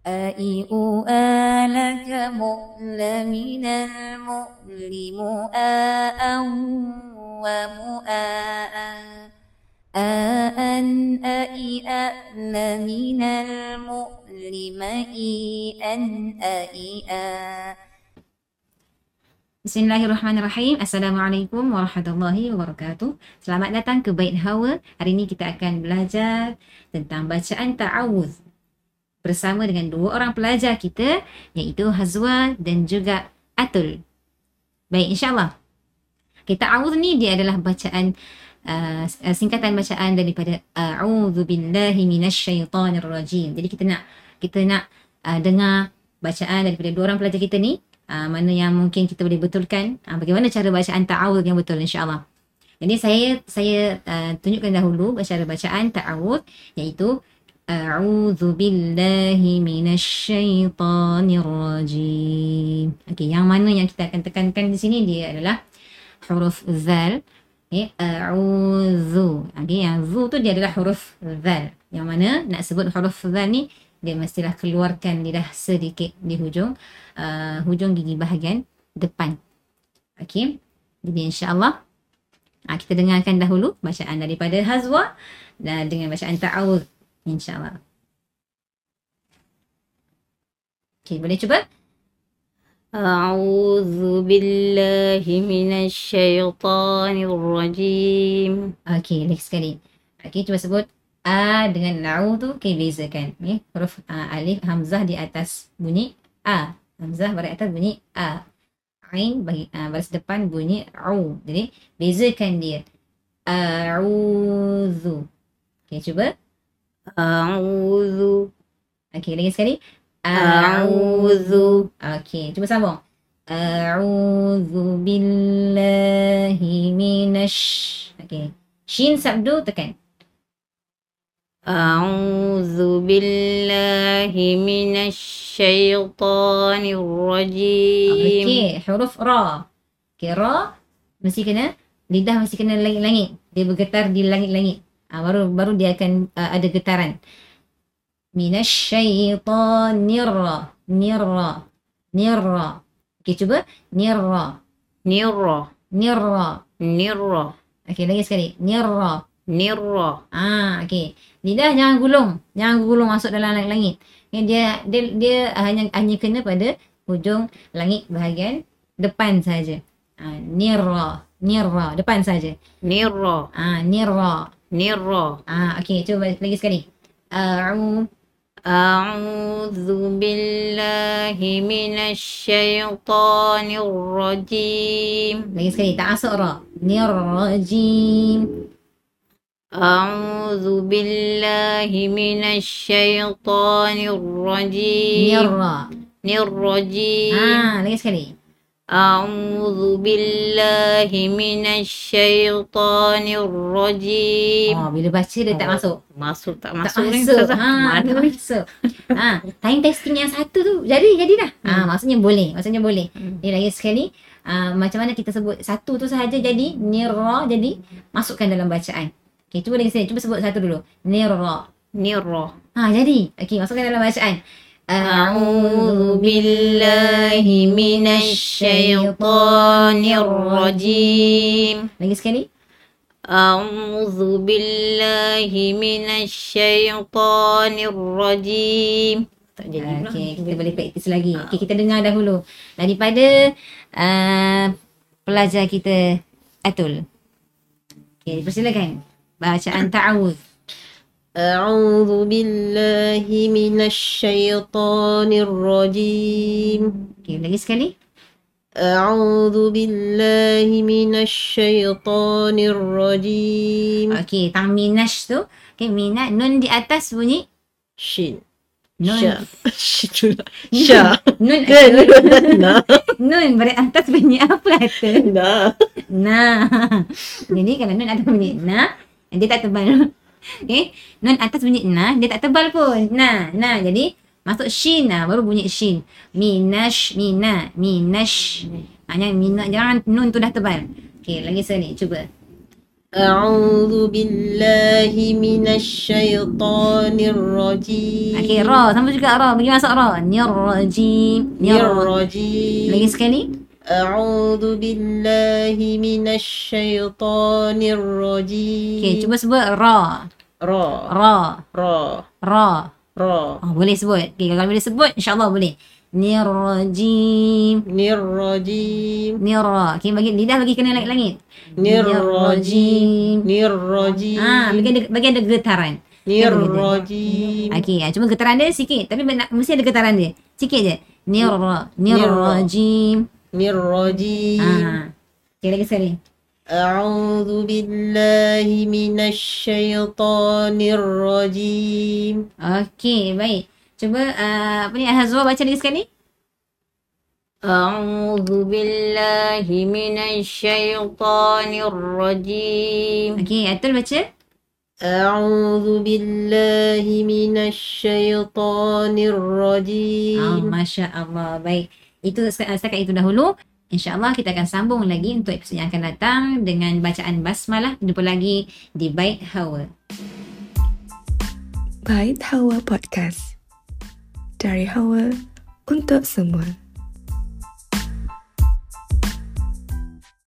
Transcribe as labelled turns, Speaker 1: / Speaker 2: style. Speaker 1: أَإِئُ آلَكَ مُؤْلَ مِنَ الْمُؤْلِ مُؤَاءً وَمُؤَاءً آن أَإِ أَأْنَ مِنَ الْمُؤْلِ مَئِئًا أَإِئًا
Speaker 2: Bismillahirrahmanirrahim. Assalamualaikum warahmatullahi wabarakatuh. Selamat datang ke Bait Hawa. Hari ini kita akan belajar tentang bacaan ta'awuz bersama dengan dua orang pelajar kita iaitu Hazwa dan juga Atul. Baik, insyaAllah. Okay, ta'awuz ni dia adalah bacaan uh, singkatan bacaan daripada A'udhu billahi minasyaitanir rajim. Jadi kita nak kita nak uh, dengar bacaan daripada dua orang pelajar kita ni uh, mana yang mungkin kita boleh betulkan uh, bagaimana cara bacaan ta'awud yang betul insyaallah jadi saya saya uh, tunjukkan dahulu cara bacaan ta'awud iaitu A'udzu billahi minasyaitonir rajim. Okey, yang mana yang kita akan tekankan di sini dia adalah huruf zal. Okey, Eh, a'udzu. Okey, yang zu tu dia adalah huruf zal. Yang mana nak sebut huruf zal ni dia mestilah keluarkan lidah sedikit di hujung uh, hujung gigi bahagian depan. Okey. Jadi insya-Allah uh, kita dengarkan dahulu bacaan daripada Hazwa dan dengan bacaan ta'awuz insya-Allah. Okey, boleh cuba?
Speaker 3: أعوذ بالله من الشيطان الرجيم
Speaker 2: Okey, lagi sekali. Okey, cuba sebut A dengan na'u tu okay, bezakan. Okay. Huruf A, alif, hamzah di atas bunyi A. Hamzah baris atas bunyi A. Ain bagi, uh, baris depan bunyi au. Jadi, bezakan dia. A'udhu. Okey, cuba.
Speaker 3: أعوذ
Speaker 2: Okey, lagi sekali.
Speaker 3: أعوذ
Speaker 2: Okey, cuba sambung. A'udzu billahi minasy. Okey. Shin sabdu tekan.
Speaker 3: أعوذ بالله من الشيطان الرجيم
Speaker 2: Okey, huruf ra. Okey, ra mesti kena lidah mesti kena langit-langit. Dia bergetar di langit-langit. Ah baru baru dia akan uh, ada getaran. Minasyaitonir ra. Nirra. Nirra. Okey, cuba. Nirra.
Speaker 3: نرى
Speaker 2: Nirra.
Speaker 3: نرى
Speaker 2: Okey, lagi sekali. Nirra.
Speaker 3: نرى
Speaker 2: Ah, okey. Lidah jangan gulung. Jangan gulung masuk dalam langit-langit. Okay, dia dia dia hanya hanya kena pada hujung langit bahagian depan saja. Ah, nirra, nirra depan saja.
Speaker 3: نرى
Speaker 2: Ah, nirra.
Speaker 3: نرى
Speaker 2: Ah, okey, cuba lagi sekali. A'u
Speaker 3: أعوذ بالله من الشيطان الرجيم
Speaker 2: lagi sekali tak asuk ra. Nirrajim.
Speaker 3: أعوذ بالله من الشيطان الرجيم
Speaker 2: Nirra.
Speaker 3: الرجيم
Speaker 2: Ah, lagi sekali.
Speaker 3: أعوذ بالله من الشيطان الرجيم
Speaker 2: Oh, bila baca dia tak
Speaker 3: Oh,
Speaker 2: masuk.
Speaker 3: Masuk tak
Speaker 2: Tak
Speaker 3: masuk ni
Speaker 2: masuk.
Speaker 3: Ustazah?
Speaker 2: Ha, tak
Speaker 3: Mana
Speaker 2: masuk. Ha, time testing yang satu tu jadi jadi dah. Ha,
Speaker 3: Hmm.
Speaker 2: maksudnya boleh. Maksudnya boleh.
Speaker 3: Hmm.
Speaker 2: Dia lagi sekali uh, macam mana kita sebut satu tu sahaja jadi nirra jadi masukkan dalam bacaan. Okey, cuba lagi sekali. Cuba sebut satu dulu. Nirra.
Speaker 3: Nirra
Speaker 2: Ha, jadi. Okey, masukkan dalam bacaan.
Speaker 3: أعوذ بالله من الشيطان الرجيم
Speaker 2: Lagi sekali.
Speaker 3: أعوذ بالله من الشيطان الرجيم tak jadi Ah. pula.
Speaker 2: Ah, Okey, kita boleh praktis lagi. Okey, kita dengar dahulu daripada uh, pelajar kita Atul. Okey, persilakan. Bacaan ta'awuz.
Speaker 4: أعوذ بالله من الشيطان الرجيم
Speaker 2: Okey, lagi sekali.
Speaker 4: أعوذ بالله من الشيطان الرجيم
Speaker 2: Okey, tang minash tu. Okey, mina nun di atas bunyi
Speaker 4: شين
Speaker 2: nun.
Speaker 4: شا شا
Speaker 2: Nun.
Speaker 4: لا
Speaker 2: nun beri atas bunyi apa atas?
Speaker 4: لا
Speaker 2: Nah. Jadi kalau nun atas bunyi nah, dia tak tebal. Okey, nun atas bunyi nah, dia tak tebal pun. Nah, nah. Jadi masuk shin lah, baru bunyi shin. Minash, mina, minash. Hanya mina jangan nun tu dah tebal. Okey, lagi sekali cuba.
Speaker 4: أعوذ بالله من الشيطان الرجيم
Speaker 2: Okey, ra. Sama juga ra. Bagi masuk ra. Nirrajim. Nirrajim.
Speaker 4: الرجيم
Speaker 2: Lagi sekali.
Speaker 4: أعوذ بالله من الشيطان
Speaker 2: Okey,
Speaker 4: الرجيم
Speaker 2: cuba sebut ra.
Speaker 4: را
Speaker 2: Ra.
Speaker 4: را
Speaker 2: Ra.
Speaker 4: را
Speaker 2: Oh, boleh sebut. Okey, kalau boleh sebut, insyaAllah boleh. Nirrajim.
Speaker 4: الرجيم
Speaker 2: Nira. Okey, bagi lidah bagi kena langit-langit.
Speaker 4: الرجيم الرجيم
Speaker 2: Ah, bagian ada, bagian ada getaran.
Speaker 4: الرجيم
Speaker 2: Okey, ah, cuma getaran dia sikit. Tapi nak, mesti ada getaran dia. Sikit je. Nira. Nirrajim.
Speaker 4: الرجيم
Speaker 2: Ah. Okey, lagi sekali.
Speaker 4: أعوذ بالله من الشيطان الرجيم
Speaker 2: Okey, baik. Cuba uh, apa ni Hazwa baca lagi sekali.
Speaker 3: أعوذ بالله من الشيطان الرجيم
Speaker 2: Okey, Atul baca.
Speaker 4: أعوذ بالله من
Speaker 2: Ah,
Speaker 4: الشيطان الرجيم
Speaker 2: Masya Allah. Baik. Itu se- ah, setakat itu dahulu. InsyaAllah kita akan sambung lagi untuk episod yang akan datang dengan bacaan basmalah. Jumpa lagi di Bait Hawa.
Speaker 5: Bait Hawa Podcast Dari Hawa untuk semua